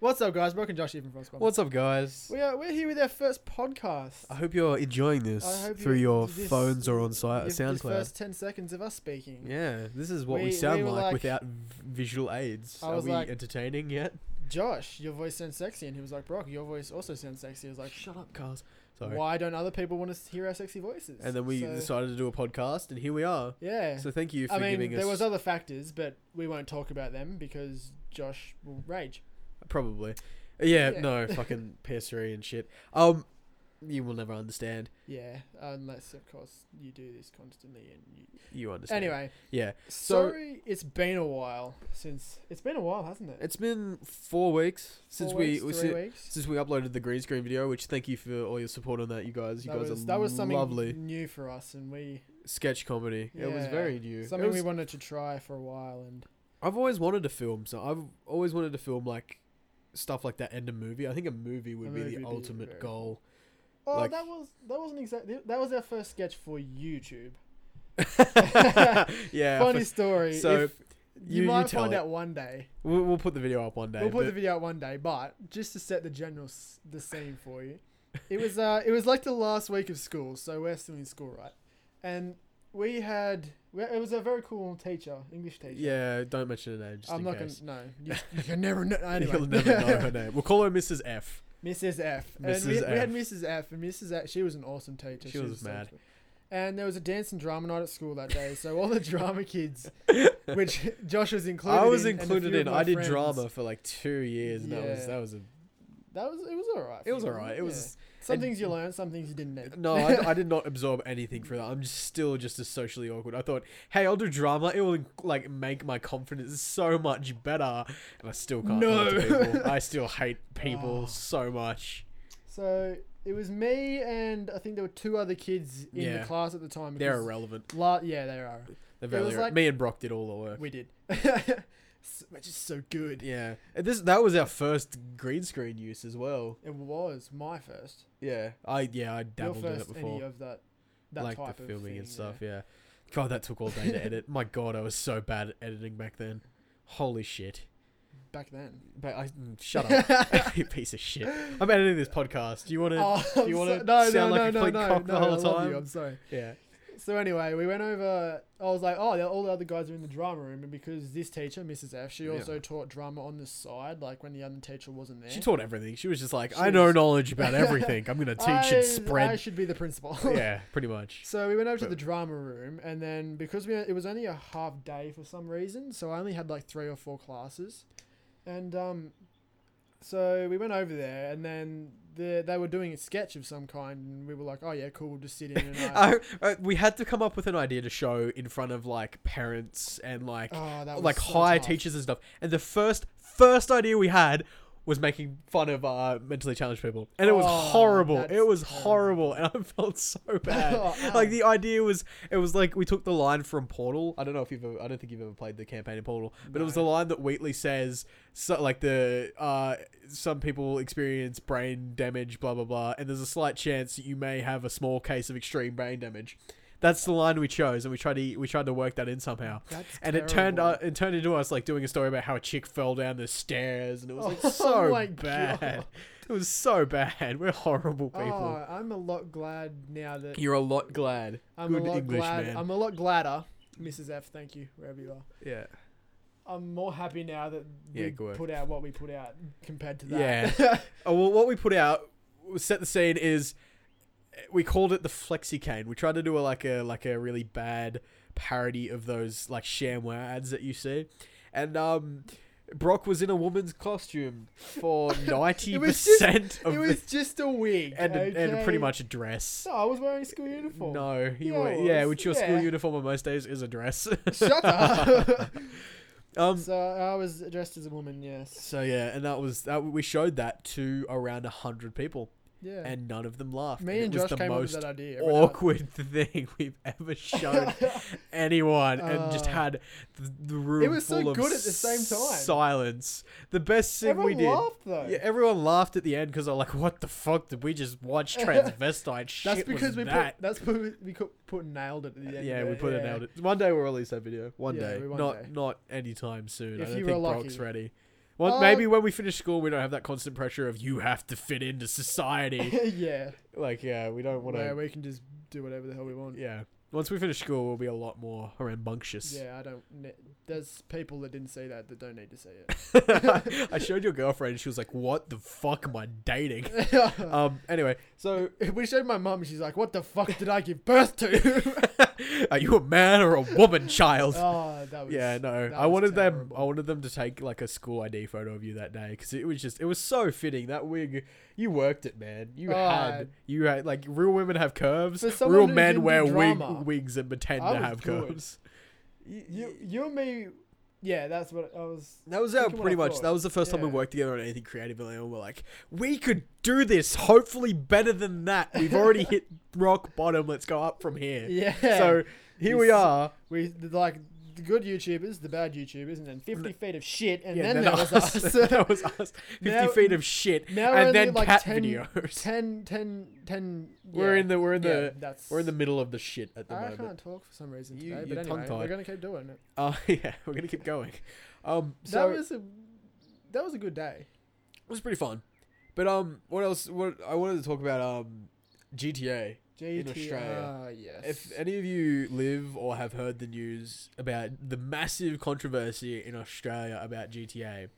What's up, guys? Welcome, Josh, even from Squad. What's up, guys? We are we're here with our first podcast. I hope you're enjoying I this hope you- through your this- phones or on site, Give SoundCloud. This first ten seconds of us speaking. yeah, this is what We- we, we sound were like, like- without v- visual aids. I Are was we like- entertaining yet? Josh, your voice sounds sexy, and he was like, Brock, your voice also sounds sexy. I was like, Shut up, Carl. Sorry. Why don't other people want to hear our sexy voices? And then we So, decided to do a podcast, and here we are. yeah. So thank you for I mean, giving us. there was other factors, but we won't talk about them because Josh will rage. probably. Uh, Yeah, Yeah. no fucking PS3 and shit. Um, you will never understand. Yeah, unless of course you do this constantly and you. You understand. Anyway, Yeah, So- sorry, it's been a while since it's been a while, hasn't it? it's been four weeks Four since weeks, we three si- weeks. since we uploaded the green screen video. Which thank you for all your support on that, you guys. You that guys was are that was something lovely. new for us, and we sketch comedy. It was Yeah. very new. It something we was- wanted to try for a while, and I've always wanted to film, so I've always wanted to film like stuff like that and a movie. I think a movie would A be movie the would be ultimate very goal. oh, Like- that was that wasn't exactly that was our first sketch for YouTube. yeah, Funny for- story. so if you- you, you might tell find it. out one day. we'll, we'll put the video up one day. We'll put the but video out one day, but just to set the general s- the scene for you, it was uh, it was like the last week of school, so we're still in school, right? And we had we, it was a very cool teacher, English teacher. yeah, don't mention her name. Just I'm in not case. gonna no. You, you can never know. Anyway. You'll never know her name. We'll call her Mrs. F. Mrs. F. Mrs. And we, we F. had Mrs. F. And Mrs. F. She was an awesome teacher. She was so mad. sweet. And there was a dance and drama night at school that day, so all the drama kids, which Josh was included. I was in, and a included few in. of I my did friends. drama for like two years, and that was Yeah. that was a That was it. Was all right. it was alright. It was Some And- things you learn, some things you didn't need. No, I, I did not absorb anything from that. I'm just still just as socially awkward. I thought, hey, I'll do drama. It will like make my confidence so much better, and I still can't. No. talk to people. I still hate people Oh. so much. So it was me and I think there were two other kids in Yeah. the class at the time. They're because irrelevant. La- yeah, they are. They're It was very irre- like- Me and Brock did all the work. We did. S- Which is so good. yeah, And this that was our first green screen use as well. It was my first. Yeah, I yeah I Your dabbled in it first any before, of that, that like type the of filming thing, and stuff. Yeah. God, that took all day to edit. My God, I was so bad at editing back then. Holy shit. Back then. But I mm, shut up, you piece of shit. I'm editing this podcast. Do you want to? Oh, do I'm you want to so- no, sound no, like no, a complete no, cock no, the whole I love time? You, I'm sorry. Yeah, So anyway, we went over. I was like, oh, the- all the other guys are in the drama room, and because this teacher, Mrs. F, she Yeah. also taught drama on the side, like when the other teacher wasn't there. she taught everything. She was just like, She I know was- knowledge about everything. I'm gonna teach I- and spread. I should be the principal. yeah, pretty much. So we went over to But- the drama room, and then because we it was only a half day for some reason, so I only had like three or four classes, and um, so we went over there, and then the, they were doing a sketch of some kind, and we were like, oh yeah, cool, we'll just sit in. And I, I, uh, we had to come up with an idea to show in front of like parents and like oh, that was like so higher tough. teachers and stuff. And the first first idea we had was making fun of uh, mentally challenged people, and it was Oh, horrible. that's It was terrible. horrible, and I felt so bad. Oh, like ow. the idea was it was like we took the line from Portal. I don't know if you've ever, I don't think you've ever played the campaign in Portal, but it was the No. line that Wheatley says so, like the uh some people experience brain damage blah blah blah and there's a slight chance that you may have a small case of extreme brain damage. That's the line we chose and we tried to we tried to work that in somehow. That's and it turned terrible. out it turned into us like doing a story about how a chick fell down the stairs and it was like Oh so my bad. God. It was so bad. We're horrible people. Oh, I'm a lot glad now that You're a lot glad. I'm good a lot English glad. man. I'm a lot gladder, Mrs. F. Thank you, wherever you are. Yeah. I'm more happy now that Yeah, we good work. put out what we put out compared to that. Yeah. Oh, well, what we put out was set the scene is we called it the flexicane. We tried to do a, like a like a really bad parody of those like shamware ads that you see, and um, Brock was in a woman's costume for ninety percent of it the, was just a wig and a- and okay? pretty much a dress. No, I was wearing a school uniform. No, he Yeah, wa- it yeah, was. which your school Yeah. uniform on most days is a dress. Shut up. um, so I was dressed as a woman, yes. so yeah, and that was that. We showed that to around hundred people, Yeah. and none of them laughed. me and it was Josh the came up with most that idea. when I- awkward thing we've ever shown anyone and just Uh, had the, the room it was so full of good at the same time. silence the best thing Everyone we did laughed though. yeah, everyone laughed at the end because they're like what the fuck did we just watch transvestite shit that's because was we that put that's because we put, put nailed it at the end. yeah, of we it, put it yeah. out. One day we'll release that video. One Yeah, day, we- one not day. not anytime soon. If I don't you were think lucky. Brock's ready. Well, Uh, maybe when we finish school, we don't have that constant pressure of you have to fit into society. yeah, like, yeah, we don't want where to. we can just do whatever the hell we want. Yeah. Once we finish school, we'll be a lot more rambunctious. Yeah, I don't. ne- There's people that didn't see that that don't need to see it. I showed your girlfriend, and she was like, "What the fuck am I dating?" Um. Anyway, so we showed my mum. She's like, "What the fuck did I give birth to?" are you a man or a woman, child? oh, that was yeah, no. that I was wanted them. terrible. I wanted them to take like a school ID photo of you that day because it was just. It was so fitting. That wig. You worked it, man. You Oh, I- had. You had like real women have curves. For someone Real who men didn't wear do wig, drama, wigs and pretend I to was have good. curves. You, you and me. Yeah, that's what I was. That was Look our at what pretty I much. thought. That was the first time we Yeah. worked together on anything creative, and we were like, "We could do this. Hopefully, better than that. We've already hit rock bottom. Let's go up from here." Yeah. So here You we s- are. we like the good YouTubers, the bad YouTubers, and then 50 feet of shit, and Yeah, then then there was us. us. that was us. Fifty Now- feet of shit, now we're and only then like cat 10 videos. 10, 10, 10 We're yeah, in the we're in yeah, the that's, we're in the middle of the shit at the I moment. can't talk for some reason You- today, but you're anyway, we're tongue-tied. gonna keep doing it. Uh, yeah, we're gonna keep going. Um, so that was a that was a good day. it was pretty fun, but um, what else? What I wanted to talk about um, GTA. GTA, Australia. yes. If any of you live or have heard the news about the massive controversy in Australia about GTA,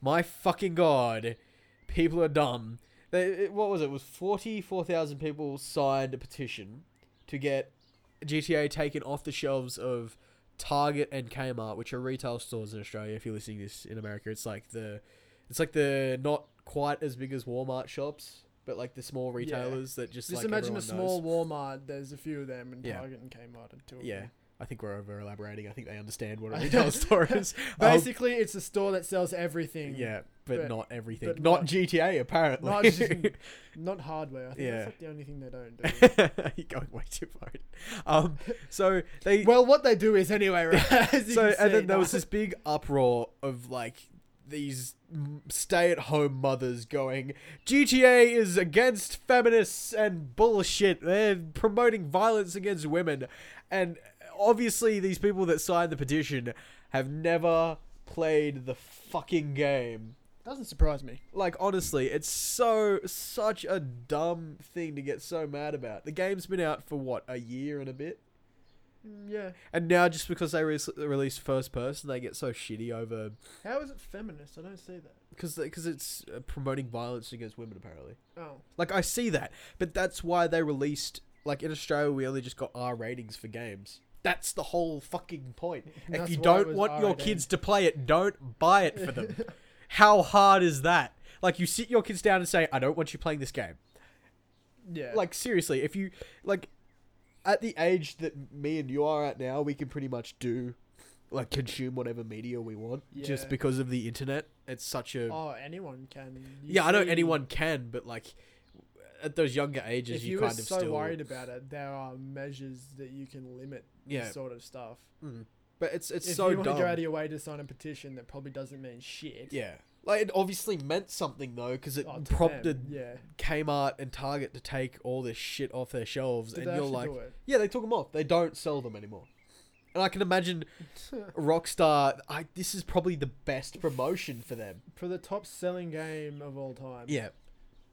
my fucking god, people are dumb. They, it- what was it? it was 44,000 people signed a petition to get GTA taken off the shelves of Target and Kmart, which are retail stores in Australia. If you're listening to this in America, it's like the it's like the not quite as big as Walmart shops, but like the small retailers that just just like imagine a everyone knows. small Walmart. There's a few of them, and Yeah. Target and Kmart and two of Yeah, them. I think we're over elaborating. I think they understand what a retail store is. Um, Basically, it's a store that sells everything. yeah, but, but- not everything. but not, not- GTA, apparently. Not just- not hardware. I think Yeah. that's like the only thing they don't do. You're going way too far. Um, so they. well, what they do is anyway, right? As you so can and see then there was now. this big uproar of like these m- stay-at-home mothers going GTA is against feminists and bullshit. They're promoting violence against women, and obviously these people that signed the petition have never played the fucking game. doesn't surprise me. Like honestly, it's so such a dumb thing to get so mad about. The game's been out for what a year and a bit. Mm, Yeah. And now, just because they re- release first person, they get so shitty over How is it feminist? I don't see that. because because it's uh, promoting violence against women. Apparently, Oh. like I see that, but that's why they released like in Australia we only just got R ratings for games. That's the whole fucking point. That's if you why it don't was want your R-rated. kids to play it, don't buy it for them. How hard is that? Like you sit your kids down and say, "I don't want you playing this game." Yeah. like seriously if you like at the age that me and you are at now we can pretty much do like consume whatever media we want just Yeah. because of the internet it's such a oh, anyone can. You yeah i know see- anyone can but like at those younger ages If you, you, were kind of so still worried about it, there are measures that you can limit Yeah. this sort of stuff. Mm. but it's it's if so you want dumb to go out of your way to sign a petition that probably doesn't mean shit. yeah like it obviously meant something though because it oh, to them, prompted yeah. kmart and target to take all this shit off their shelves Did they and you're actually like do it? yeah they took them off they don't sell them anymore and i can imagine Rockstar, I this is probably the best promotion for them. for the top selling game of all time. Yeah.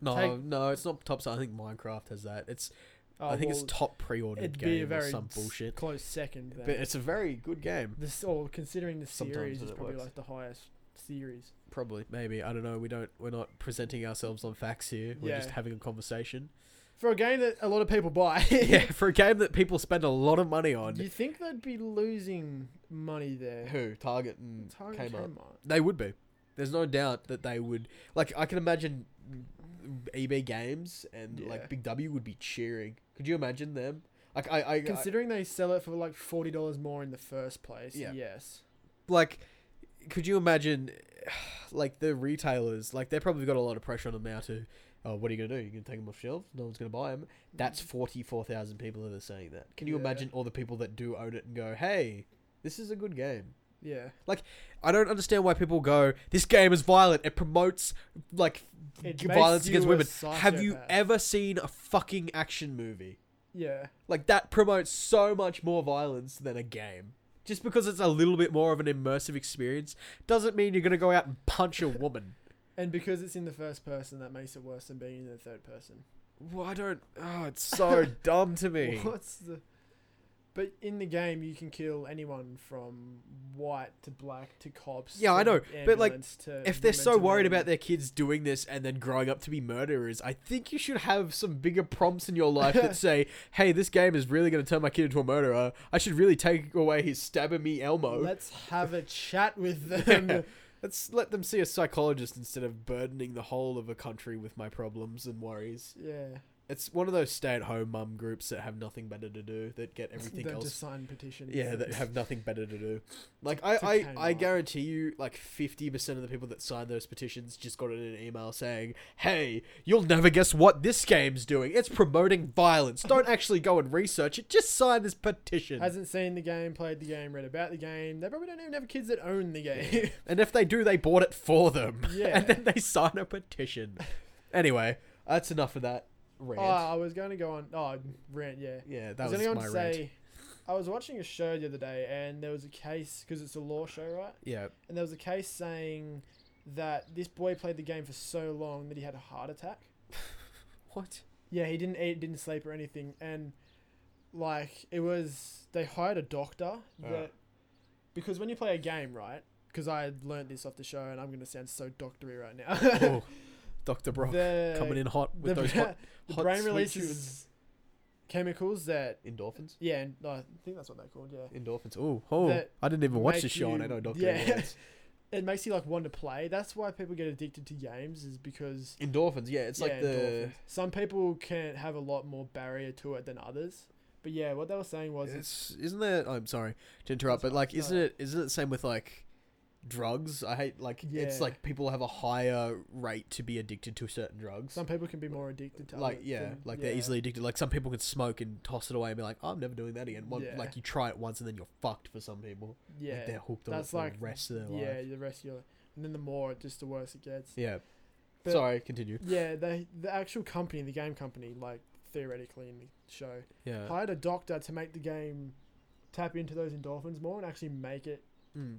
No, Take- no, it's not top. sell. I think Minecraft has that. It's Oh, I think it's well, top pre-ordered It'd be a game or very some s- bullshit. close second. Then. But it's a very good game. this or considering the Sometimes series is it probably works. like the highest series. Probably, maybe I don't know. We don't. We're not presenting ourselves on facts here. We're just Yeah. having a conversation. For a game that a lot of people buy, yeah, for a game that people spend a lot of money on. do you think they'd be losing money there? Who Target and Target Kmart? Kmart. They would be. There's no doubt that they would. Like I can imagine, EB Games and Yeah. like Big W would be cheering. Could you imagine them? Like I, I, I- Considering they sell it for like forty dollars more in the first place, Yeah. yes. like, could you imagine, like the retailers? Like they probably got a lot of pressure on them now to. Oh, what are you gonna do? You're gonna take them off shelves? No one's gonna buy them. That's forty four thousand people that are saying that. Can you Yeah. imagine all the people that do own it and go, "Hey, this is a good game." yeah. I don't understand why people go, "This game is violent. It promotes like It g- makes violence you against a women." Have you sociopath. ever seen a fucking action movie? Yeah. Like that promotes so much more violence than a game. Just because it's a little bit more of an immersive experience doesn't mean you're gonna go out and punch a woman. And because it's in the first person, that makes it worse than being in the third person. Well, I don't. Oh, it's so dumb to me. What's the? But in the game, you can kill anyone from white to black to cops. Yeah, I to know, but, like, ambulance to If they're so mentally worried ill. about their kids doing this and then growing up to be murderers, I think you should have some bigger prompts in your life that say, "Hey, this game is really gonna turn my kid into a murderer. I should really take away his stab at me Elmo." let's have a chat with them. Yeah. Let's let them see a psychologist instead of burdening the whole of a country with my problems and worries. yeah, It's one of those stay-at-home mum groups that have nothing better to do that get everything they'll else. just sign petitions. yeah, that have nothing better to do. Like I, To I, Kmart. I guarantee you, like fifty percent of the people that signed those petitions just got it in an email saying, "Hey, you'll never guess what this game's doing. It's promoting violence. Don't actually go and research it. Just sign this petition." hasn't seen the game, played the game, read about the game. They probably don't even have kids that own the game. And if they do, they bought it for them. Yeah. and then they sign a petition. anyway, that's enough of that rant. oh, I was going to go on. Oh, rant. Yeah. yeah, that I was, was, going my to rant. say, I was watching a show the other day, and there was a case because it's a law show, right? yeah, And there was a case saying that this boy played the game for so long that he had a heart attack. what? Yeah, he didn't eat, didn't sleep, or anything, and like it was they hired a doctor Uh. that because when you play a game, right? Because I had learned this off the show, and I'm going to sound so doctory right now. Oh, Doctor Brock the, coming in hot with the, those hot, the hot brain sweet releases chemicals that endorphins. yeah, and uh, I think that's what they're called. Yeah, Endorphins. Oh, oh! That I didn't even watch the make show, and I you- know Doctor yeah. Endorphins. it makes you like want to play. That's why people get addicted to games is because Endorphins. Yeah, it's like yeah, the endorphins. some people can have a lot more barrier to it than others. But yeah, what they were saying was It's, isn't that? I'm sorry to interrupt, That's but like, all right. isn't it? Isn't it the same with like drugs? I hate like it's Yeah. like people have a higher rate to be addicted to certain drugs. some people can be more addicted to like other yeah, than- like they're yeah. easily addicted. Like some people can smoke and toss it away and be like, "Oh, I'm never doing that again. One, Yeah. Like you try it once and then you're fucked for some people. yeah. like, they're hooked on that's it for like the rest of their yeah, life. the rest of your life. And then the more, just the worse it gets. Yeah. But- Sorry, continue. Yeah, they the actual company, the game company, like theoretically in the show, Yeah. hired a doctor to make the game tap into those endorphins more and actually make it. Mm.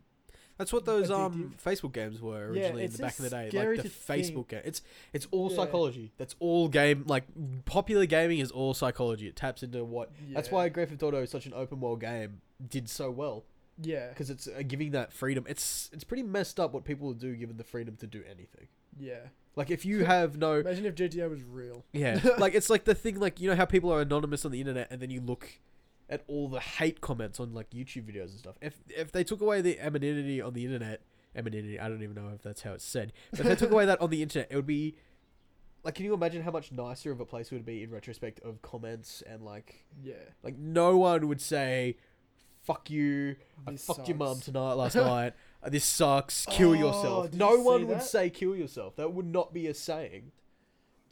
That's what those um Addictive. Facebook games were Yeah, originally in it's the back just of the day, scary like the to think. Facebook game. It's it's all Yeah. psychology. That's all game. Like popular gaming is all psychology. It taps into what. That's Yeah. why Grand Theft Auto is such an open world game. Did so well Yeah, because it's uh, giving that freedom. It's it's pretty messed up what people do given the freedom to do anything. yeah. Like if you have no Imagine if GTA was real. yeah, like it's like the thing like you know how people are anonymous on the internet and then you look at all the hate comments on like YouTube videos and stuff. If if they took away the anonymity on the internet, anonymity, I don't even know if that's how it's said. But if they took away that on the internet, it would be like can you imagine how much nicer of a place it would be in retrospect of comments and like Yeah, like no one would say fuck you, I This fucked your mum sucks." tonight last night. uh, This sucks. Kill Oh, yourself. did No you one see would that? say kill yourself. That would not be a saying.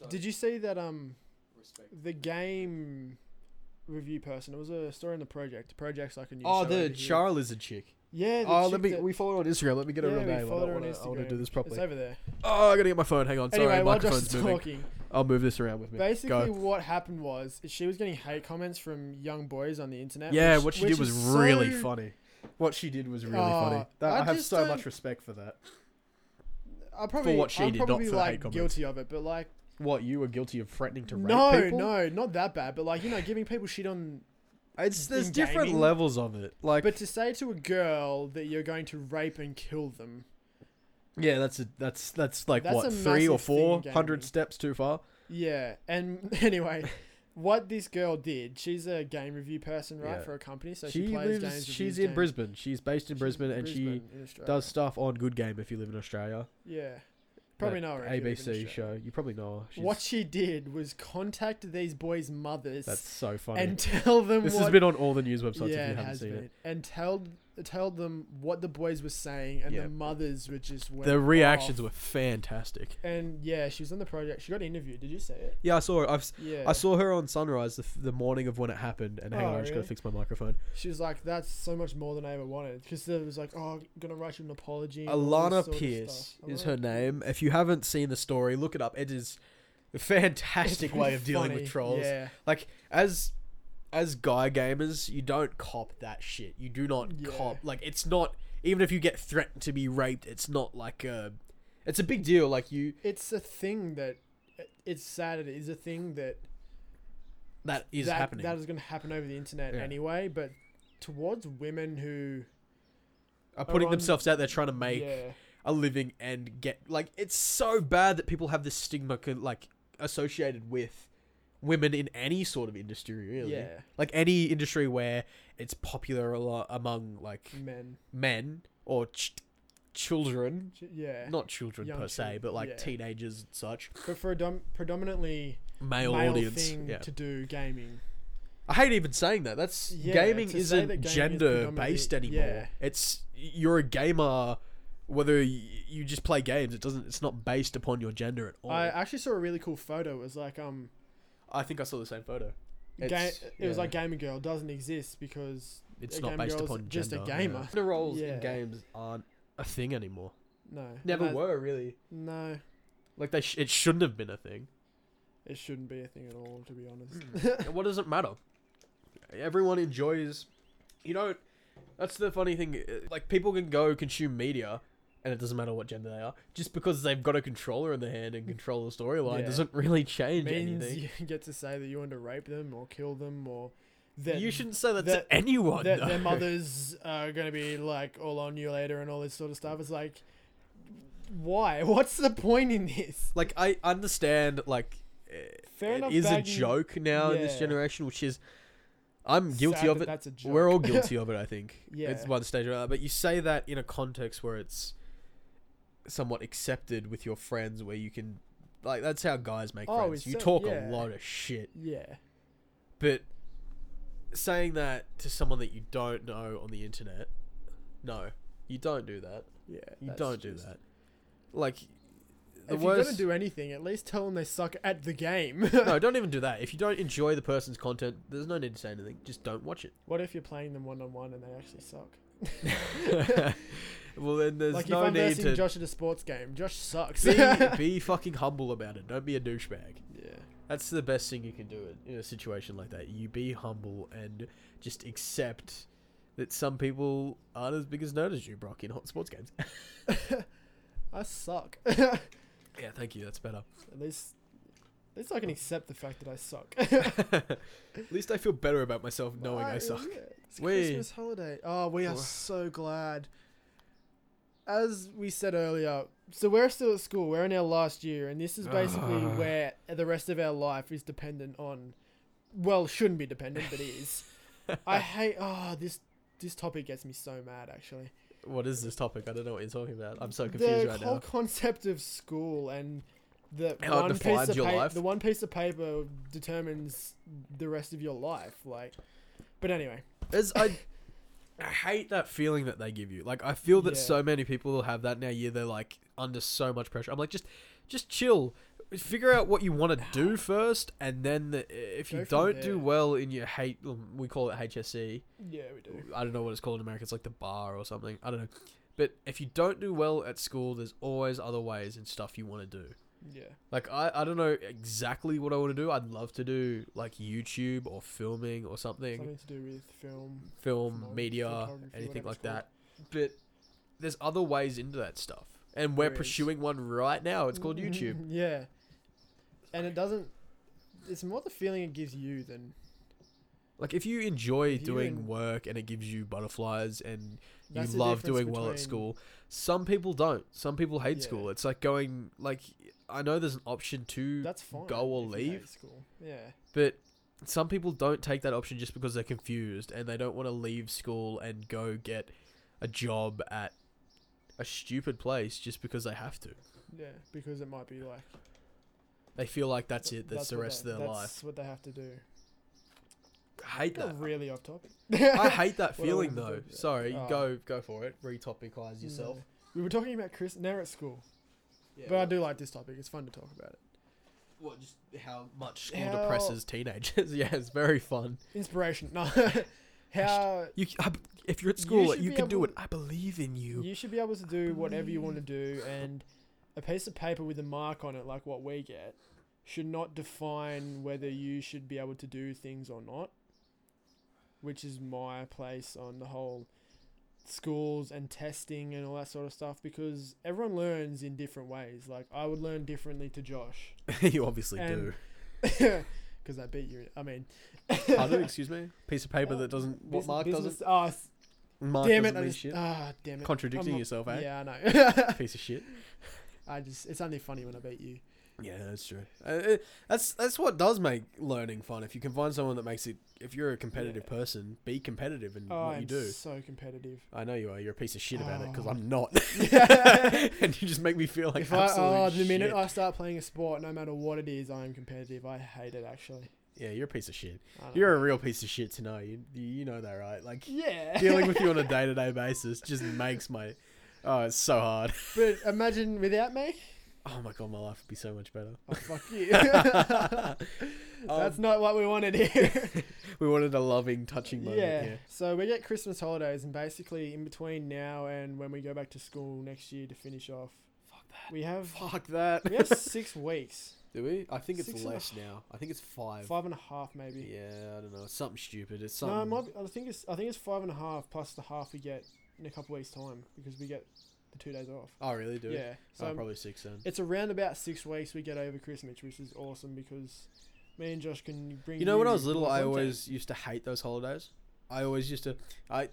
Did you see that? Um, the game review person. It was a story in the project. The project's like a new. Oh, show the over here. Char Lizard chick. Yeah. The Oh, chick let me. that- We follow her on Instagram. Let me get her yeah, real we name. I followed her want on to. I want to do Instagram. this It's properly. over there. Oh, I gotta get my phone. Hang on. Sorry, anyway, while microphone's Josh is moving. talking, I'll move this around with me. basically Go. what happened was is she was getting hate comments from young boys on the internet. Yeah, which- what she which did was is really so- funny. What she did was really Oh, funny. That, I, I have just so don't- much respect for that. I probably what she I'm did, not probably for the hate like comments. guilty of it, but like What you were guilty of threatening to rape no, people? no, not that bad, but like you know, giving people shit on. It's there's In different gaming? levels of it. Like, But to say to a girl that you're going to rape and kill them, yeah, that's a, that's that's like That's a what three or massive thing in four hundred gaming. steps too far. yeah. And anyway, what this girl did, she's a game review person, right, Yeah. for a company, so she, she plays lives. games. she's reviews in games. Brisbane. She's based in She's Brisbane, and she Brisbane in Australia. does stuff on Good Game. If you live in Australia, Yeah, probably That know her. if you live in ABC Australia. show. You probably know. her. She's, What she did was contact these boys' mothers That's so funny. and tell them this what. has been on all the news yeah, websites if you it haven't has seen been. it. And tell tell them what the boys were saying, and Yeah. the mothers were just went The reactions off. were fantastic. And yeah, she was on the project. She got interviewed. Did you see it? Yeah, I saw her. I've, s- Yeah, I saw her on Sunrise the, f- the morning of when it happened. And hang Oh, on, I just gotta really? fix my microphone. She was like, "That's so much more than I ever wanted." Because it was like, "Oh, I'm gonna write you an apology." and all this sort Alana of Pierce stuff. is Alana her name. If you haven't seen the story, look it up. It is a Pierce. fantastic way of dealing Funny. with trolls. Yeah, Like as as guy gamers, you don't cop that shit. You do not Yeah. cop like it's not even if you get threatened to be raped, it's not like a it's a big deal. Like you It's a thing that it's sad. It is a thing that that is that, happening. That is going to happen over the internet Yeah. anyway. But towards women who are putting on- themselves out there trying to make yeah, a living and get like it's so bad that people have this stigma co- like associated with women in any sort of industry really. yeah, Like any industry where it's popular a lot among like men, men or ch- children, J- yeah. not children Young per se, children, but like yeah. teenagers and such. but for a dom- predominantly Male, male, audience. thing Yeah. to do gaming. I hate even saying that. That's Yeah, gaming to say isn't that gaming is gender based predominantly- anymore. yeah. It's you're a gamer whether y- you just play games. It doesn't it's not based upon your gender at all. I I, actually saw a really cool photo. It was like um, think I saw the same photo. ga- It's- it was yeah. like gamer girl doesn't exist because It's a not gamer based girl's upon just a gender. gamer. Yeah. The roles Yeah. in games aren't a thing anymore. no, and Never that- were really. No, Like they sh- it shouldn't have been a thing. it shouldn't be a thing at all. To be honest, And what does it matter? Everyone enjoys, you know. That's the funny thing. uh, Like people can go consume media, and it doesn't matter what gender they are. Just because they've got a controller in their hand and control the storyline Yeah. doesn't really change means anything. you get to say that you want to rape them or kill them or You, that shouldn't say that, that- to anyone. that though. their mothers are going to be like all on you later and all this sort of stuff. It's like, why? What's the point in this? Like I understand. Like eh, Fair it enough. is a bagging- joke now in this Yeah. generation, which is I'm guilty sad of that it. That's a joke. We're all guilty of it, I think. Yeah. It's one stage or another. But you say that in a context where it's somewhat accepted with your friends, where you can. Like, that's how guys make Oh, friends. it's You so- talk yeah. a lot of shit. yeah. But saying that to someone that you don't know on the internet, no. You don't do that. Yeah. You that's don't do just- that. Like, the if you're worst. gonna do anything, at least tell them they suck at the game. no, don't even do that. If you don't enjoy the person's content, there's no need to say anything. Just don't watch it. What if you're playing them one on one and they actually suck? well, then there's like no if I'm need versing to Josh at a sports game, Josh sucks. be, yeah. be fucking humble about it. Don't be a douchebag. That's the best thing you can do in- in a situation like that. You be humble and just accept that some people aren't as big as known as you, Brock, in hot sports games. I suck. at yeah, thank you. That's better. least, at least I can accept the fact that I suck. At least I feel better about myself knowing I, suck. It's We- Christmas holiday. Oh, we are Wha- so glad. As we said earlier, so we're still at school. We're in our last year, and this is basically Ah. where the rest of our life is dependent on. Well, shouldn't be dependent, but is. I hate. Oh, this this topic gets me so mad. Actually, What is this topic? I don't know what you're talking about. I'm so confused the right whole now. concept of school and the How it one piece defines of your pa- life. the one piece of paper determines the rest of your life. Like, but anyway, Is I, I hate that feeling that they give you. Like I feel that Yeah. so many people have that now. Yeah, they're like under so much pressure. I'm like, just, just chill. Figure out what you want to do first, and then the, if Go you from don't do there. well in your hate, um, we call it HSE. yeah, we do. I don't know what it's called in America. It's like the bar or something. I don't know. But if you don't do well at school, there's always other ways and stuff you want to do. Yeah. Like I, I don't know exactly what I want to do. I'd love to do like YouTube or filming or something Something to do with film. film, Vlog, media, photography, anything whatever like it's called. that. But there's other ways into that stuff. And we're There is. Mm-hmm. pursuing one right now. Oh, It's called YouTube. yeah. And it doesn't. It's more the feeling it gives you than Like if you enjoy If you doing en- work and it gives you butterflies and you that's the love difference doing well at between- school, some people don't. Some people hate Yeah. school. It's like going like I know there's an option to That's fine. go or if you hate leave. School. Yeah. But some people don't take that option just because they're confused and they don't want to leave school and go get a job at a stupid place just because they have to. Yeah. Because it might be like. They feel like that's it. That's, the what rest they- of their That's what they have to do. life. I hate that. Got really off topic. I hate that What I feeling wanted to though. do. Sorry, Oh. go go for it. Retopicize yourself. No. We were talking about Chris. Now at school, Yeah, but I do like this topic. It's fun to talk about it. What? Just how much school How- depresses teenagers? yeah, it's very fun. Inspiration. No. How You, c- I b- if you're at school, should you, be can do able- it. I believe in you. you should be able to do whatever you want to do and a piece of paper with a mark on it like what we get should not define whether you should be able to do things or not which is my place on the whole schools and testing and all that sort of stuff because everyone learns in different ways. Like I would learn differently to Josh you obviously And- do. because I beat you. I mean, Pardon? Excuse me. Piece of paper that doesn't. What Bus- mark business- Oh, s- doesn't? Mark damn it! doesn't I mean just, shit. ah, damn it. Contradicting I'm- yourself, eh? Yeah, I know. Piece of shit. I just it's only funny when I beat you. Yeah, that's true. Uh, it- that's that's what does make learning fun. If you can find someone that makes it, if you're a competitive Yeah. person, be competitive in Oh, what you I'm do. so competitive. I know you are. You're a piece of shit about it because Oh. I'm not, and you just make me feel like if I absolute oh, the shit. minute I start playing a sport, no matter what it is, I am competitive. I hate it actually. yeah, you're a piece of shit. I don't You're know. a real piece of shit to know. You you- you know that, right? Like yeah. dealing with you on a day to day basis just makes my oh, it's so hard. but imagine without me. Oh my god, my life would be so much better. Oh, fuck you. Um, That's not what we wanted here. We wanted a loving, touching moment. yeah. Yeah. So we get Christmas holidays, and basically in between now and when we go back to school next year to finish off, Fuck that. we have Fuck that. we have six weeks, Do we? I think it's Six and a less now. I think it's five. five and a half maybe. Yeah, I don't know. It's something stupid. It's No, it something. might be, I think it's I think it's five and a half plus the half we get in a couple weeks time because we get the two days off. oh, really? Do we? yeah, so um, oh, probably six then. it's around about six weeks we get over Christmas, which is awesome because me and Josh can bring. You know, when I new was little, I content. always used to hate those holidays. I always used to. I.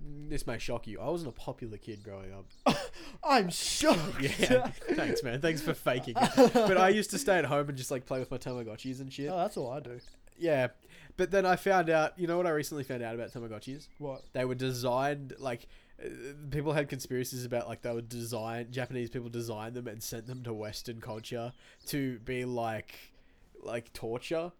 This may shock you. I wasn't a popular kid growing up. I'm shocked. Yeah. Thanks, man. Thanks for faking it. But I used to stay at home and just like play with my Tamagotchis and shit. Oh, that's all I do. Yeah. But then I found out. You know what I recently found out about Tamagotchis? What? they were designed like uh, people had conspiracies about like they were designed japanese people designed them and sent them to western culture to be like like torture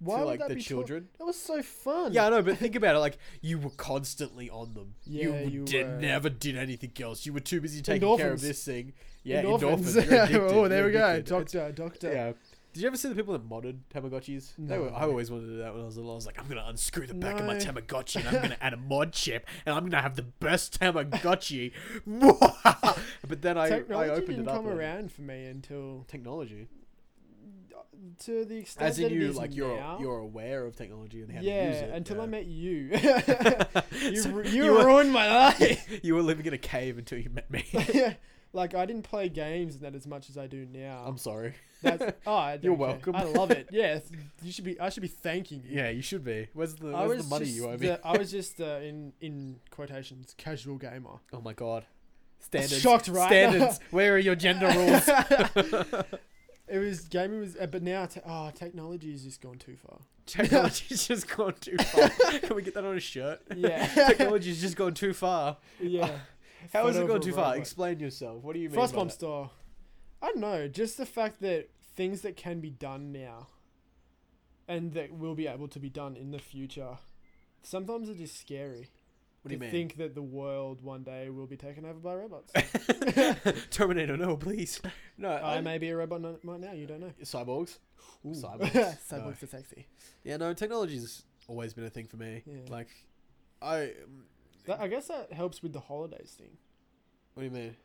Why to would like that the be tor- children that was so fun. yeah i know but think about it like you were constantly on them Yeah, you, you did were. never did anything else you were too busy taking care Endorphins. of this thing yeah endorphins, Endorphins. You're addicted. oh, there You're we go. addicted. It's- Doctor, doctor. yeah uh, did you ever see the people that modded Tamagotchis? They No. were, I always wanted to do that when I was little. I was like, I'm gonna unscrew the back of my No. Tamagotchi and I'm gonna add a mod chip and I'm gonna have the best Tamagotchi. but then I, Technology I opened didn't it up. come and- around for me until Technology, to the extent as in that it you, is like you're now. you're aware of technology and how yeah, to use it. until yeah. I met you. you So ru- you, you were- ruined my life. you were living in a cave until you met me. like I didn't play games and that as much as I do now. I'm sorry. That's, oh, I don't You're care. welcome. I love it. Yeah, you should be. I should be thanking you. Yeah, you should be. Where's the I where's was the money just you owe me? the- I was just uh, in in quotations casual gamer. Oh my god. Standards. shocked, right? Standards. Where are your gender rules? It was gaming was, uh, but now te- oh, technology has just gone too far. Technology's just gone too far. Can we get that on a shirt? Yeah, Technology's just gone too far. yeah. How has Photo it gone of a too far? robot. Explain yourself. What do you mean? Frost by bomb that? store. I don't know. Just the fact that things that can be done now, and that will be able to be done in the future, sometimes it is scary. What do you to mean? Think that the world one day will be taken over by robots. Terminator, no, please. No, I I'm- may be a robot no- right now. You don't know. cyborgs. Ooh. Cyborgs. No. Cyborgs are sexy. Yeah, no, technology's always been a thing for me. Yeah. Like, I. That, I guess that helps with the holidays thing. What do you mean?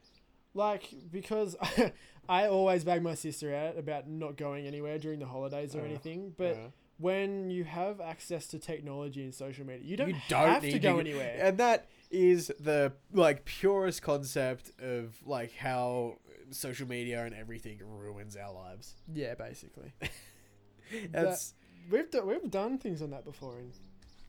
Like, because I always bag my sister out about not going anywhere during the holidays or Uh, anything. But Yeah. when you have access to technology and social media, you don't, You don't have to need go to- anywhere. and that is the like purest concept of like how social media and everything ruins our lives. Yeah, basically. That's We've do- we've done things on that before in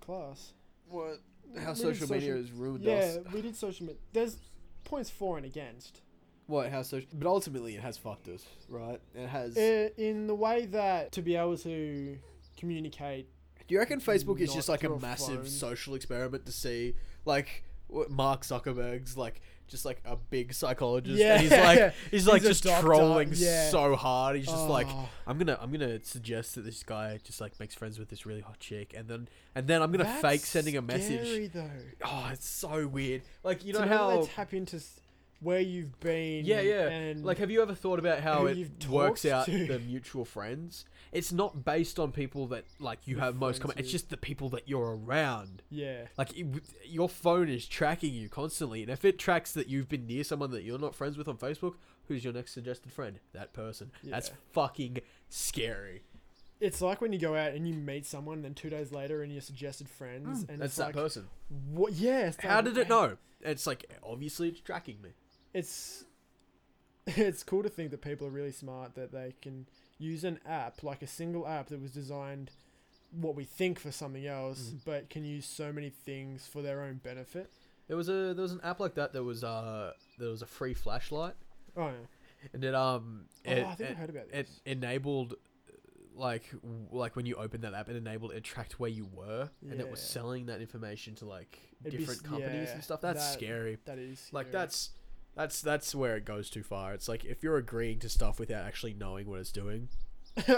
class. what how Maybe social media social- has ruined yeah, us. we did social media. There's points for and against. What how social? But ultimately, it has fucked us, right? It has. Uh, in the way that to be able to communicate, Do you reckon Facebook is not just like a through a massive phone. social experiment to see, like what Mark Zuckerberg's like just like a big psychologist, and he's Yeah. like he's like He's a just doctor, trolling yeah. so hard. He's just like. Oh, I'm gonna I'm gonna suggest that this guy just like makes friends with this really hot chick, and then and then I'm gonna that's fake sending a message. Scary though. Oh, it's so weird. Like you To know that how they tap into s- where you've been. Yeah, yeah. And Like, have you ever thought about how who it you've works talked out to. the mutual friends? It's not based on people that like you You're have most friends common. It's with. just the people that you're around. yeah, Like it, your phone is tracking you constantly, and if it tracks that you've been near someone that you're not friends with on Facebook, who's your next suggested friend? That person. That's Yeah. fucking scary. it's like when you go out and you meet someone, and then two days later, and you're suggested friends, and Hmm. That's it's that like, person. what? Yeah. it's How like, did it know? It's like obviously it's tracking me. It's it's cool to think that people are really smart that they can use an app like a single app that was designed what we think for something else, Mm. but can use so many things for their own benefit. There was a there was an app like that. There was uh there was a free flashlight, Oh, yeah. and it um Oh, it, I think I it, heard about it this. enabled uh, like w- like when you opened that app, it enabled it tracked where you were, and it was Yeah. selling that information to like It'd be different s- companies yeah, and stuff. That's that- scary. that is Like scary. that's that's that's where it goes too far. It's like if you're agreeing to stuff without actually knowing what it's doing.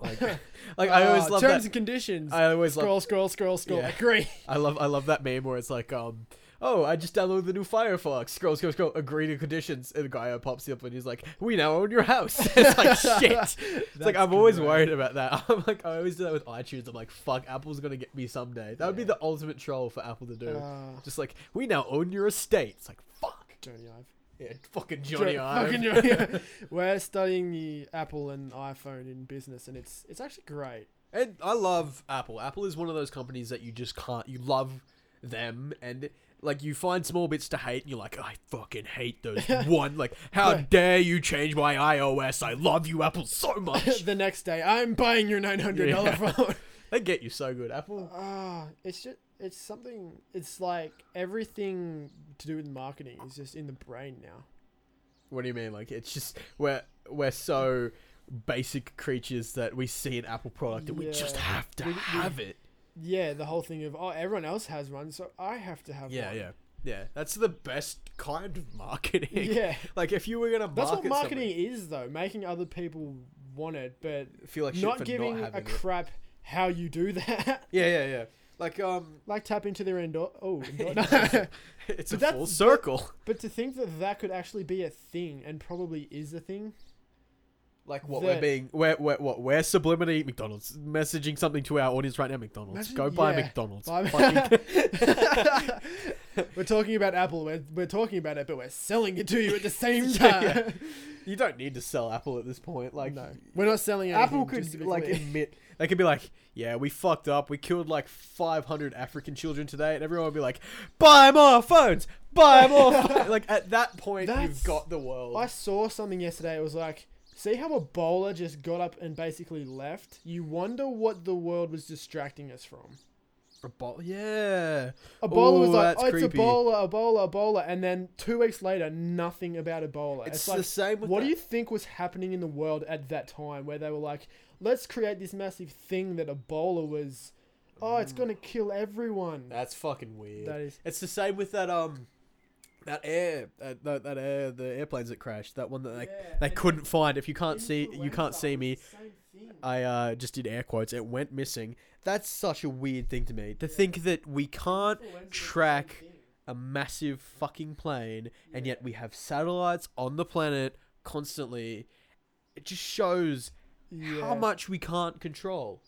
like like I always Ah, love terms that. and conditions. I always love scroll, scroll, scroll, scroll. Yeah. Agree. I love I love that meme where it's like, um, oh, I just downloaded the new Firefox. Scroll, scroll, scroll. Agree to conditions, and the guy pops you up and he's like, "We now own your house." it's like shit. It's like That's I'm always great. worried about that. I'm like I always do that with iTunes. I'm like, fuck, Apple's gonna get me someday. That would be Yeah. the ultimate troll for Apple to do. Ah, just like we now own your estate. It's like fuck. Johnny Ive. Yeah, fucking Johnny Jo- Ive. fucking Johnny Ive. We're studying the Apple and iPhone in business, and it's it's actually great. And I love Apple. Apple is one of those companies that you just can't. You love them, and like you find small bits to hate, and you're like, I fucking hate those one. Like, how Yeah. dare you change my iOS? I love you, Apple, so much. the next day, I'm buying your nine hundred dollar Yeah. phone. they get you so good, Apple. Ah, it's just it's something. It's like everything to do with marketing is just in the brain now. What do you mean? Like, it's just we're we're so basic creatures that we see an Apple product and we just Yeah. have to We- we- have it. Yeah, the whole thing of oh, everyone else has one, so I have to have Yeah, one. yeah, yeah. That's the best kind of marketing. yeah. Like, if you were gonna That's market what marketing is, though, making other people want it, but something, feel like shit for not giving not a having it. crap how you do that. Yeah, yeah, yeah. Like um, like tap into their endor. Oh, endor- no. it's But a that's- full circle. but to think that that could actually be a thing, and probably is a thing. Like what that- we're being, we're, we're what we're subliminally McDonald's messaging something to our audience right now. McDonald's, Imagine- go buy yeah. McDonald's. Buy- Fucking- we're talking about Apple. We're, we're talking about it, but we're selling it to you at the same Yeah, time. yeah. you don't need to sell Apple at this point. Like no, we're not selling. Anything, Apple just to could be like clear. admit they could be like, yeah, we fucked up. We killed like 500 African children today, and everyone would be like, buy more phones, buy more. pho-" like at that point, That's- you've got the world. I saw something yesterday. It was like, see how a bowler just got up and basically left. You wonder what the world was distracting us from. A bo- yeah. A bowler was Ooh, like, that's oh, it's a creepy. bowler, a bowler, a bowler, and then two weeks later, nothing about a bowler. It's, It's, like, the same. With what that. do you think was happening in the world at that time, where they were like, let's create this massive thing that a bowler was. Oh, it's gonna kill everyone. That's fucking weird. That is. It's the same with that um, that air, that, that, that air, the airplanes that crashed. That one that they they couldn't find. If you can't see, you can't see me. I uh, just did air quotes. It went missing. That's such a weird thing to me to think that we can't track a massive fucking plane, and yet we have satellites on the planet constantly. It just shows how much we can't control.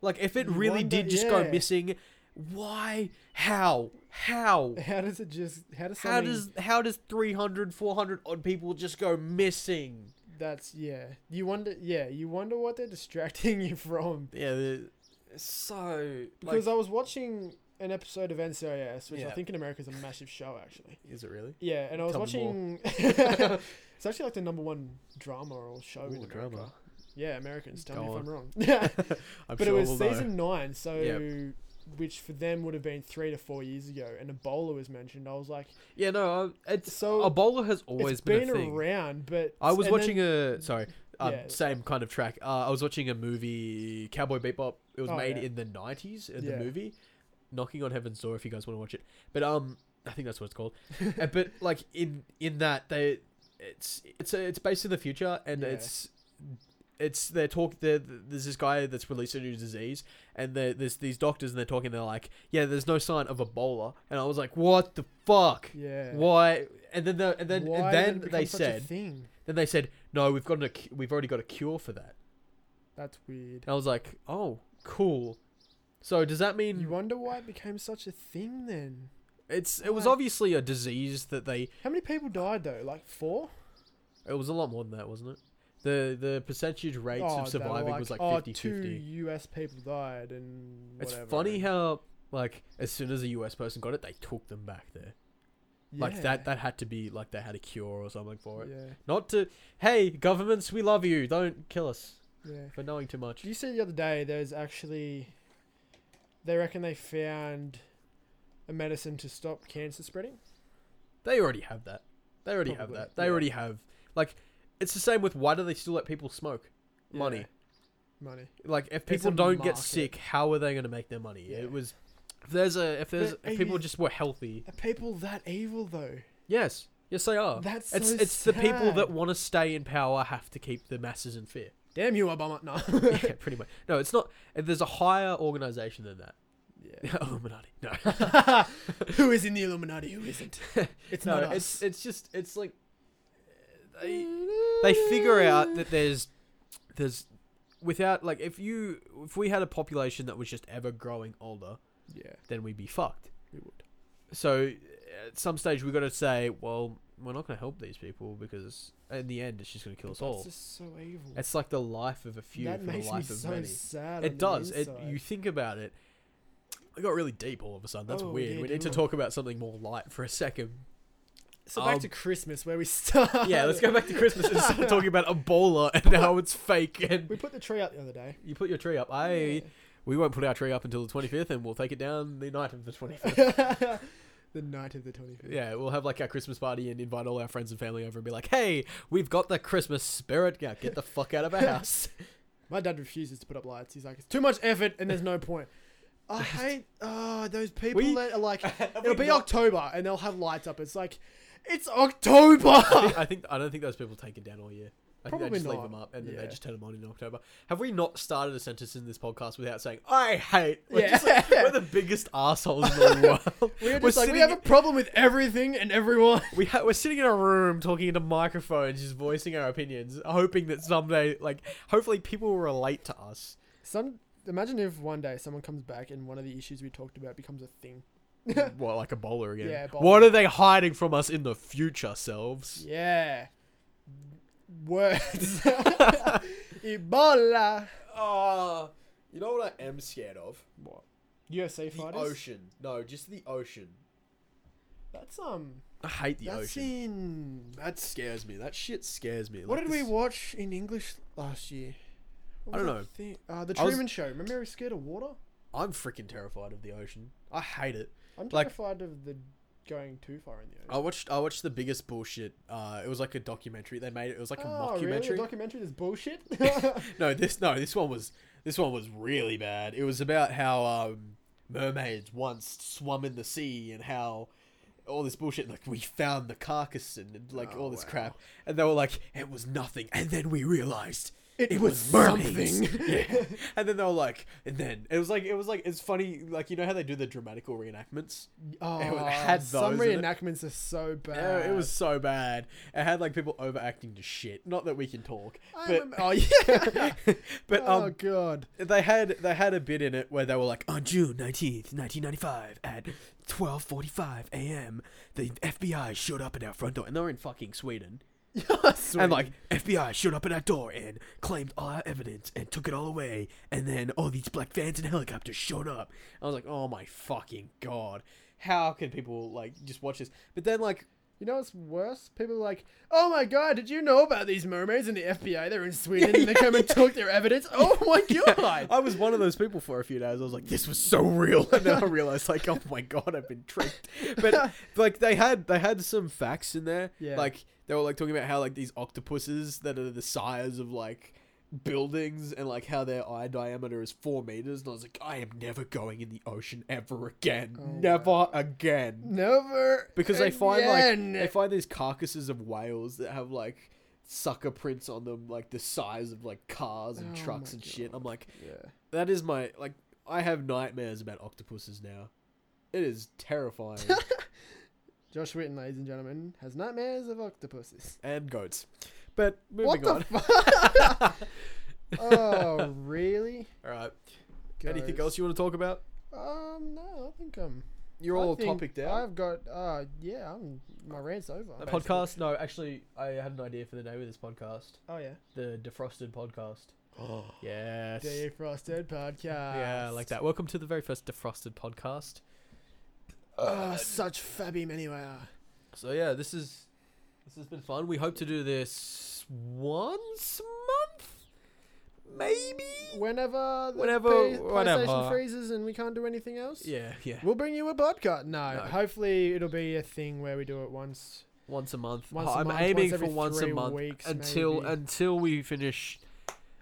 Like if it You really wonder- did just go yeah. missing, why? How? How? How does it just? How does? How does how does 300 400 odd people just go missing? That's yeah. You wonder. Yeah, you wonder what they're distracting you from. Yeah, the- so Because like, I was watching an episode of NCIS, which I Yeah. think in America is a massive show actually. is it really? Yeah, and I was Tell watching. me it's actually like the number one drama or show in Ooh, America. drama. Yeah, Americans. Tell me Go if on. I'm wrong. but I'm it sure was we'll know. season nine, so Yep. which for them would have been three to four years ago, and Ebola was mentioned. I was like, Yeah, no, I- it's So, so Ebola has always it's been, a thing. around, but I was and then- watching a sorry, um, Yeah. same kind of track. Uh, I was watching a movie, Cowboy Bebop. It was Oh, made yeah. in the nineties. In Yeah. the movie, Knocking on Heaven's Door. If you guys want to watch it, but um, I think that's what it's called. Uh, but like in in that they, it's it's a, it's based in the future and Yeah. it's. It's they're talk. They're, there's this guy that's released a new disease, and there- there's these doctors, and they're talking. They're like, "Yeah, there's no sign of Ebola," and I was like, "What the fuck? yeah. Why?" And then the, and then Why did and it then become they such a said, thing? then they said, "No, we've got a cu- we've already got a cure for that." That's weird. And I was like, "Oh, cool." So does that mean You wonder why it became such a thing then? it's it was why? obviously a disease that they How many people died though? Like four? it was a lot more than that, wasn't it? The the percentage rates oh, of surviving was like oh, 50 two 50. US people died and It's whatever, funny and- how like as soon as a US person got it, they took them back there. Like that Yeah, that had to be like they had a cure or something for it. yeah Not to hey governments, we love you. Don't kill us yeah for knowing too much. Did you see the other day there's actually they reckon they found a medicine to stop cancer spreading? They already have that. They already Probably, have that. They yeah. already have like it's the same with why do they still let people smoke? Money. Yeah, Money. Like if It's people a don't get market. sick, how are they going to make their money? Yeah. It was if there's a if there's But if people you- just were healthy. Are people that evil though? Yes. Yes they are. That's Oh, it's so it's the people that sad. want to stay in power have to keep the masses in fear. Damn you, Obama. No. yeah, pretty much. No, it's not there's a higher organization than that. Illuminati. No. yeah. Who is in the Illuminati? Who isn't? It's no, not it's us. it's just it's like they they figure out that there's there's without like if you if we had a population that was just ever growing older, yeah, then we'd be fucked. we would. So at some stage we got to say, well, we're not going to help these people because in the end it's just going to kill us all. That's just so evil. It's like the life of a few that for the makes me life of so many. sad. It on the does. It inside. you think about it. It got really deep all of a sudden. That's Oh, weird. yeah, we need to didn't we? talk about something more light for a second. so back um, to Christmas where we start. Yeah, let's go back to Christmas and start talking about Ebola and how it's fake. We And put the tree out the other day. you put your tree up. I we won't put our tree up until the twenty fifth, and we'll take it down the night of the twenty fifth. Yeah. the night of the twenty fifth. Yeah, we'll have like our Christmas party and invite all our friends and family over and be like, "Hey, we've got the Christmas spirit. Now get the fuck out of our house." My dad refuses to put up lights. He's like, it's too much effort and there's no point. I hate oh, those people We- that are like, Have it'll we be not- October and they'll have lights up. It's like, it's October. I think- I think I don't think those people take it down all year. I think they Probably just leave not. them up and then they Yeah. just turn them on in October. Have we not started a sentence in this podcast without saying "I hate"? We're, Yeah. just like- we're the biggest assholes in the world. We're just like, sitting, we have a problem with everything and everyone. we ha- we're sitting in a room talking into microphones, just voicing our opinions, hoping that someday, like, hopefully, people will relate to us. Some imagine if one day someone comes back and one of the issues we talked about becomes a thing. well, like a bowler again. Yeah, Ebola. What are they hiding from us in the future selves? Yeah. Words. Ebola. Uh, you know what I am scared of? What? UFC fighters. No, just the ocean. That's um. I hate the that's ocean. in. That scares me. That shit scares me. What Like did we this- watch in English last year? What I was don't that know. thing- Uh, the I was- Truman Show. Remember, he was scared of water. I'm freaking terrified of the ocean. I hate it. I'm Like- terrified of the going too far in the I ocean. watched. I watched the biggest bullshit. Uh, it was like a documentary. They made it. It was like Oh, a really? A mockumentary. documentary is bullshit. no, this no, this one was this one was really bad. It was about how um, mermaids once swum in the sea and how all this bullshit. Like we found the carcass and, and, like all Oh, this wow. crap, and they were like, it was nothing. And then we realized it, it was mermaids. yeah. And then they were like, and then it was like it was like it's funny. Like you know how they do the dramatical reenactments. Oh, had some those in it. reenactments are so Yeah, bad. it was so bad. It had like people overacting to shit. Not that we can talk, I but remember- oh yeah. but oh um, god. they had they had a bit in it where they were like on June nineteenth, nineteen ninety five, at twelve forty five a.m. The FBI showed up at our front door, and they were in fucking Sweden. And like FBI showed up at our door and claimed all our evidence and took it all away. And then all these black vans and helicopters showed up. I was like, oh my fucking god, how can people like just watch this? But then like you know what's worse? People are like, oh my god, did you know about these mermaids and the FBI? They're in Sweden and they came and took their evidence. Oh my god. I was one of those people for a few days. I was like, this was so real, and then I realized, like, oh my god, I've been tricked. But like, they had they had some facts in there. Yeah. Like they were like talking about how like these octopuses that are the size of like buildings and like how their eye diameter is four meters, and I was like, I am never going in the ocean ever Oh, again, never again Never. because they find again. like they find these carcasses of whales that have like sucker prints on them like the size of like cars and Oh trucks my and shit i'm like Yeah. that is my like i have nightmares about octopuses now it is terrifying Josh Whitten, ladies and gentlemen, has nightmares of octopuses. and goats but moving What the on fuck? oh, really? all right anything else Guys. you want to talk about Um, no, I think I'm You're all topicked out. I've got. Uh, yeah, I'm. My rant's over. That makes podcast? No, actually, I had an idea for the name of this podcast. Oh yeah. The Defrosted Podcast. Oh, yes. Defrosted podcast. Yeah, like that. Welcome to the very first Defrosted Podcast. Oh, such fabby many are. So yeah, this is this has been fun. We hope to do this once a month, maybe. Whenever the Whenever- P- whenever. PlayStation freezes and we can't do anything else, Yeah, yeah, we'll bring you a podcast. No, No. hopefully it'll be a thing where we do it once. once a month. Once a I'm month, aiming once every for once a three month weeks, until maybe. until we finish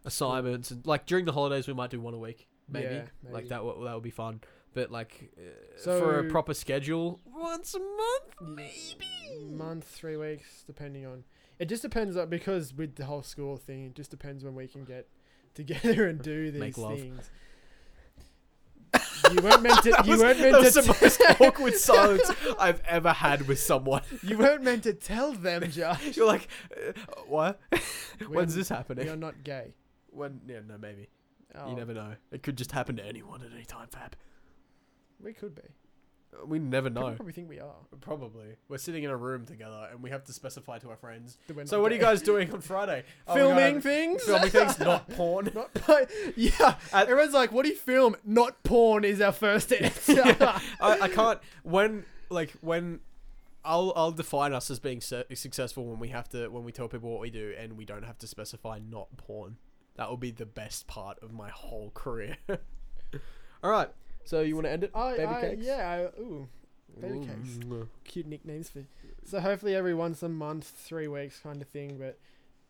assignments and like during the holidays we might do one a week, maybe. Yeah, maybe. Like that would that would be fun. But like uh, for So- a proper schedule, once a month, Yeah. maybe. month, three weeks, depending on. It just depends on because with the whole school thing, it just depends when we can get together and do these Make love. things. You weren't meant to. That you was- weren't meant that to. was the most awkward silence I've ever had with someone. you weren't meant to tell them, Josh. You're like, uh, what? When's We're- this happening? We are not gay. When? Yeah, no, maybe. Oh, You never know. It could just happen to anyone at any time, Fab. We could be. Uh, We never People know. probably think we are. Probably. We're sitting in a room together and we have to specify to our friends. that we're So, not what are you gay. guys doing on Friday? Oh my God, filming I'm- things? Filming things, not porn. Not porn. Yeah. At- Everyone's like, what do you film? Not porn is our first answer. Yeah. I, I can't. When like when I'll I'll define us as being su- successful when we have to when we tell people what we do and we don't have to specify not porn. That will be the best part of my whole career. All right. So you want to end it? I, baby I- cakes. Yeah. I, ooh. Baby cakes. Mm. Cute nicknames for. So hopefully every once a month, three weeks kind of thing, but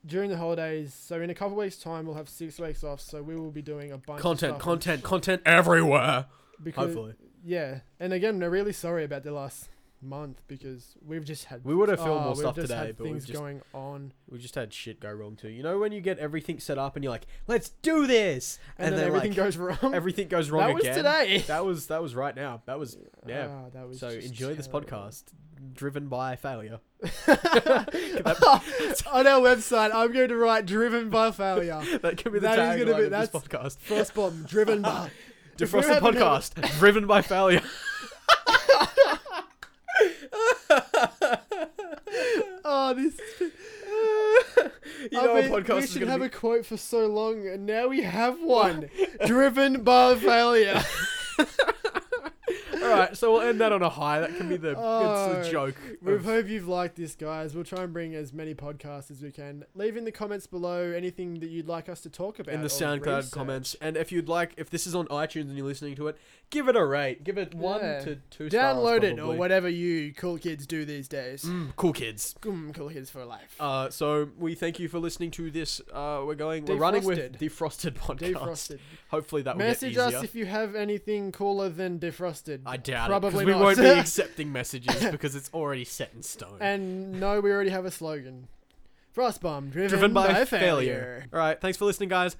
during the holidays. So in a couple weeks' time, we'll have six weeks off. So we will be doing a bunch. Content, of stuff on- content, content everywhere. Because, Hopefully, Yeah, and again, we're really sorry about the last month because we've just had Ah, We would've filmed more we've stuff just today, had but we've things just- going on. we just had shit go wrong too. You know when you get everything set up and you're like, "Let's do this," and, then, everything goes wrong. everything goes wrong that was again. today. That was that was right now. That was yeah. Ah, that was So just enjoy this terrible. podcast, driven by failure. On our website, I'm going to write "driven by failure." That could be the That is gonna tagline be- of this that's- podcast. First bomb, driven by. If we Defrosted haven't had- podcast, driven by failure. Oh, this. You I know, mean, a podcast we is should gonna have be. a quote for so long, and now we have one. driven by failure. All right, so we'll end that on a high. That can be the. it's Oh, the joke. We of- hope you've liked this, guys. We'll try and bring as many podcasts as we can. Leave in the comments below anything that you'd like us to talk about in the or SoundCloud research. comments, and if you'd like, if this is on iTunes and you're listening to it, give it a rate. Give it one Yeah. to two. Download stars, it or probably. whatever you cool kids do these days. Mm, cool kids. Mm, cool kids for life. Uh, so we thank you for listening to this. Uh, we're going. We're running with defrosted podcast. Defrosted. Hopefully that will Message get easier. us if you have anything cooler than defrosted. I doubt Probably it. 'cause not. We won't be accepting messages because it's already set in stone. and no, we already have a slogan. Frostbomb, driven, Driven by, failure. failure. All right. Thanks for listening, guys.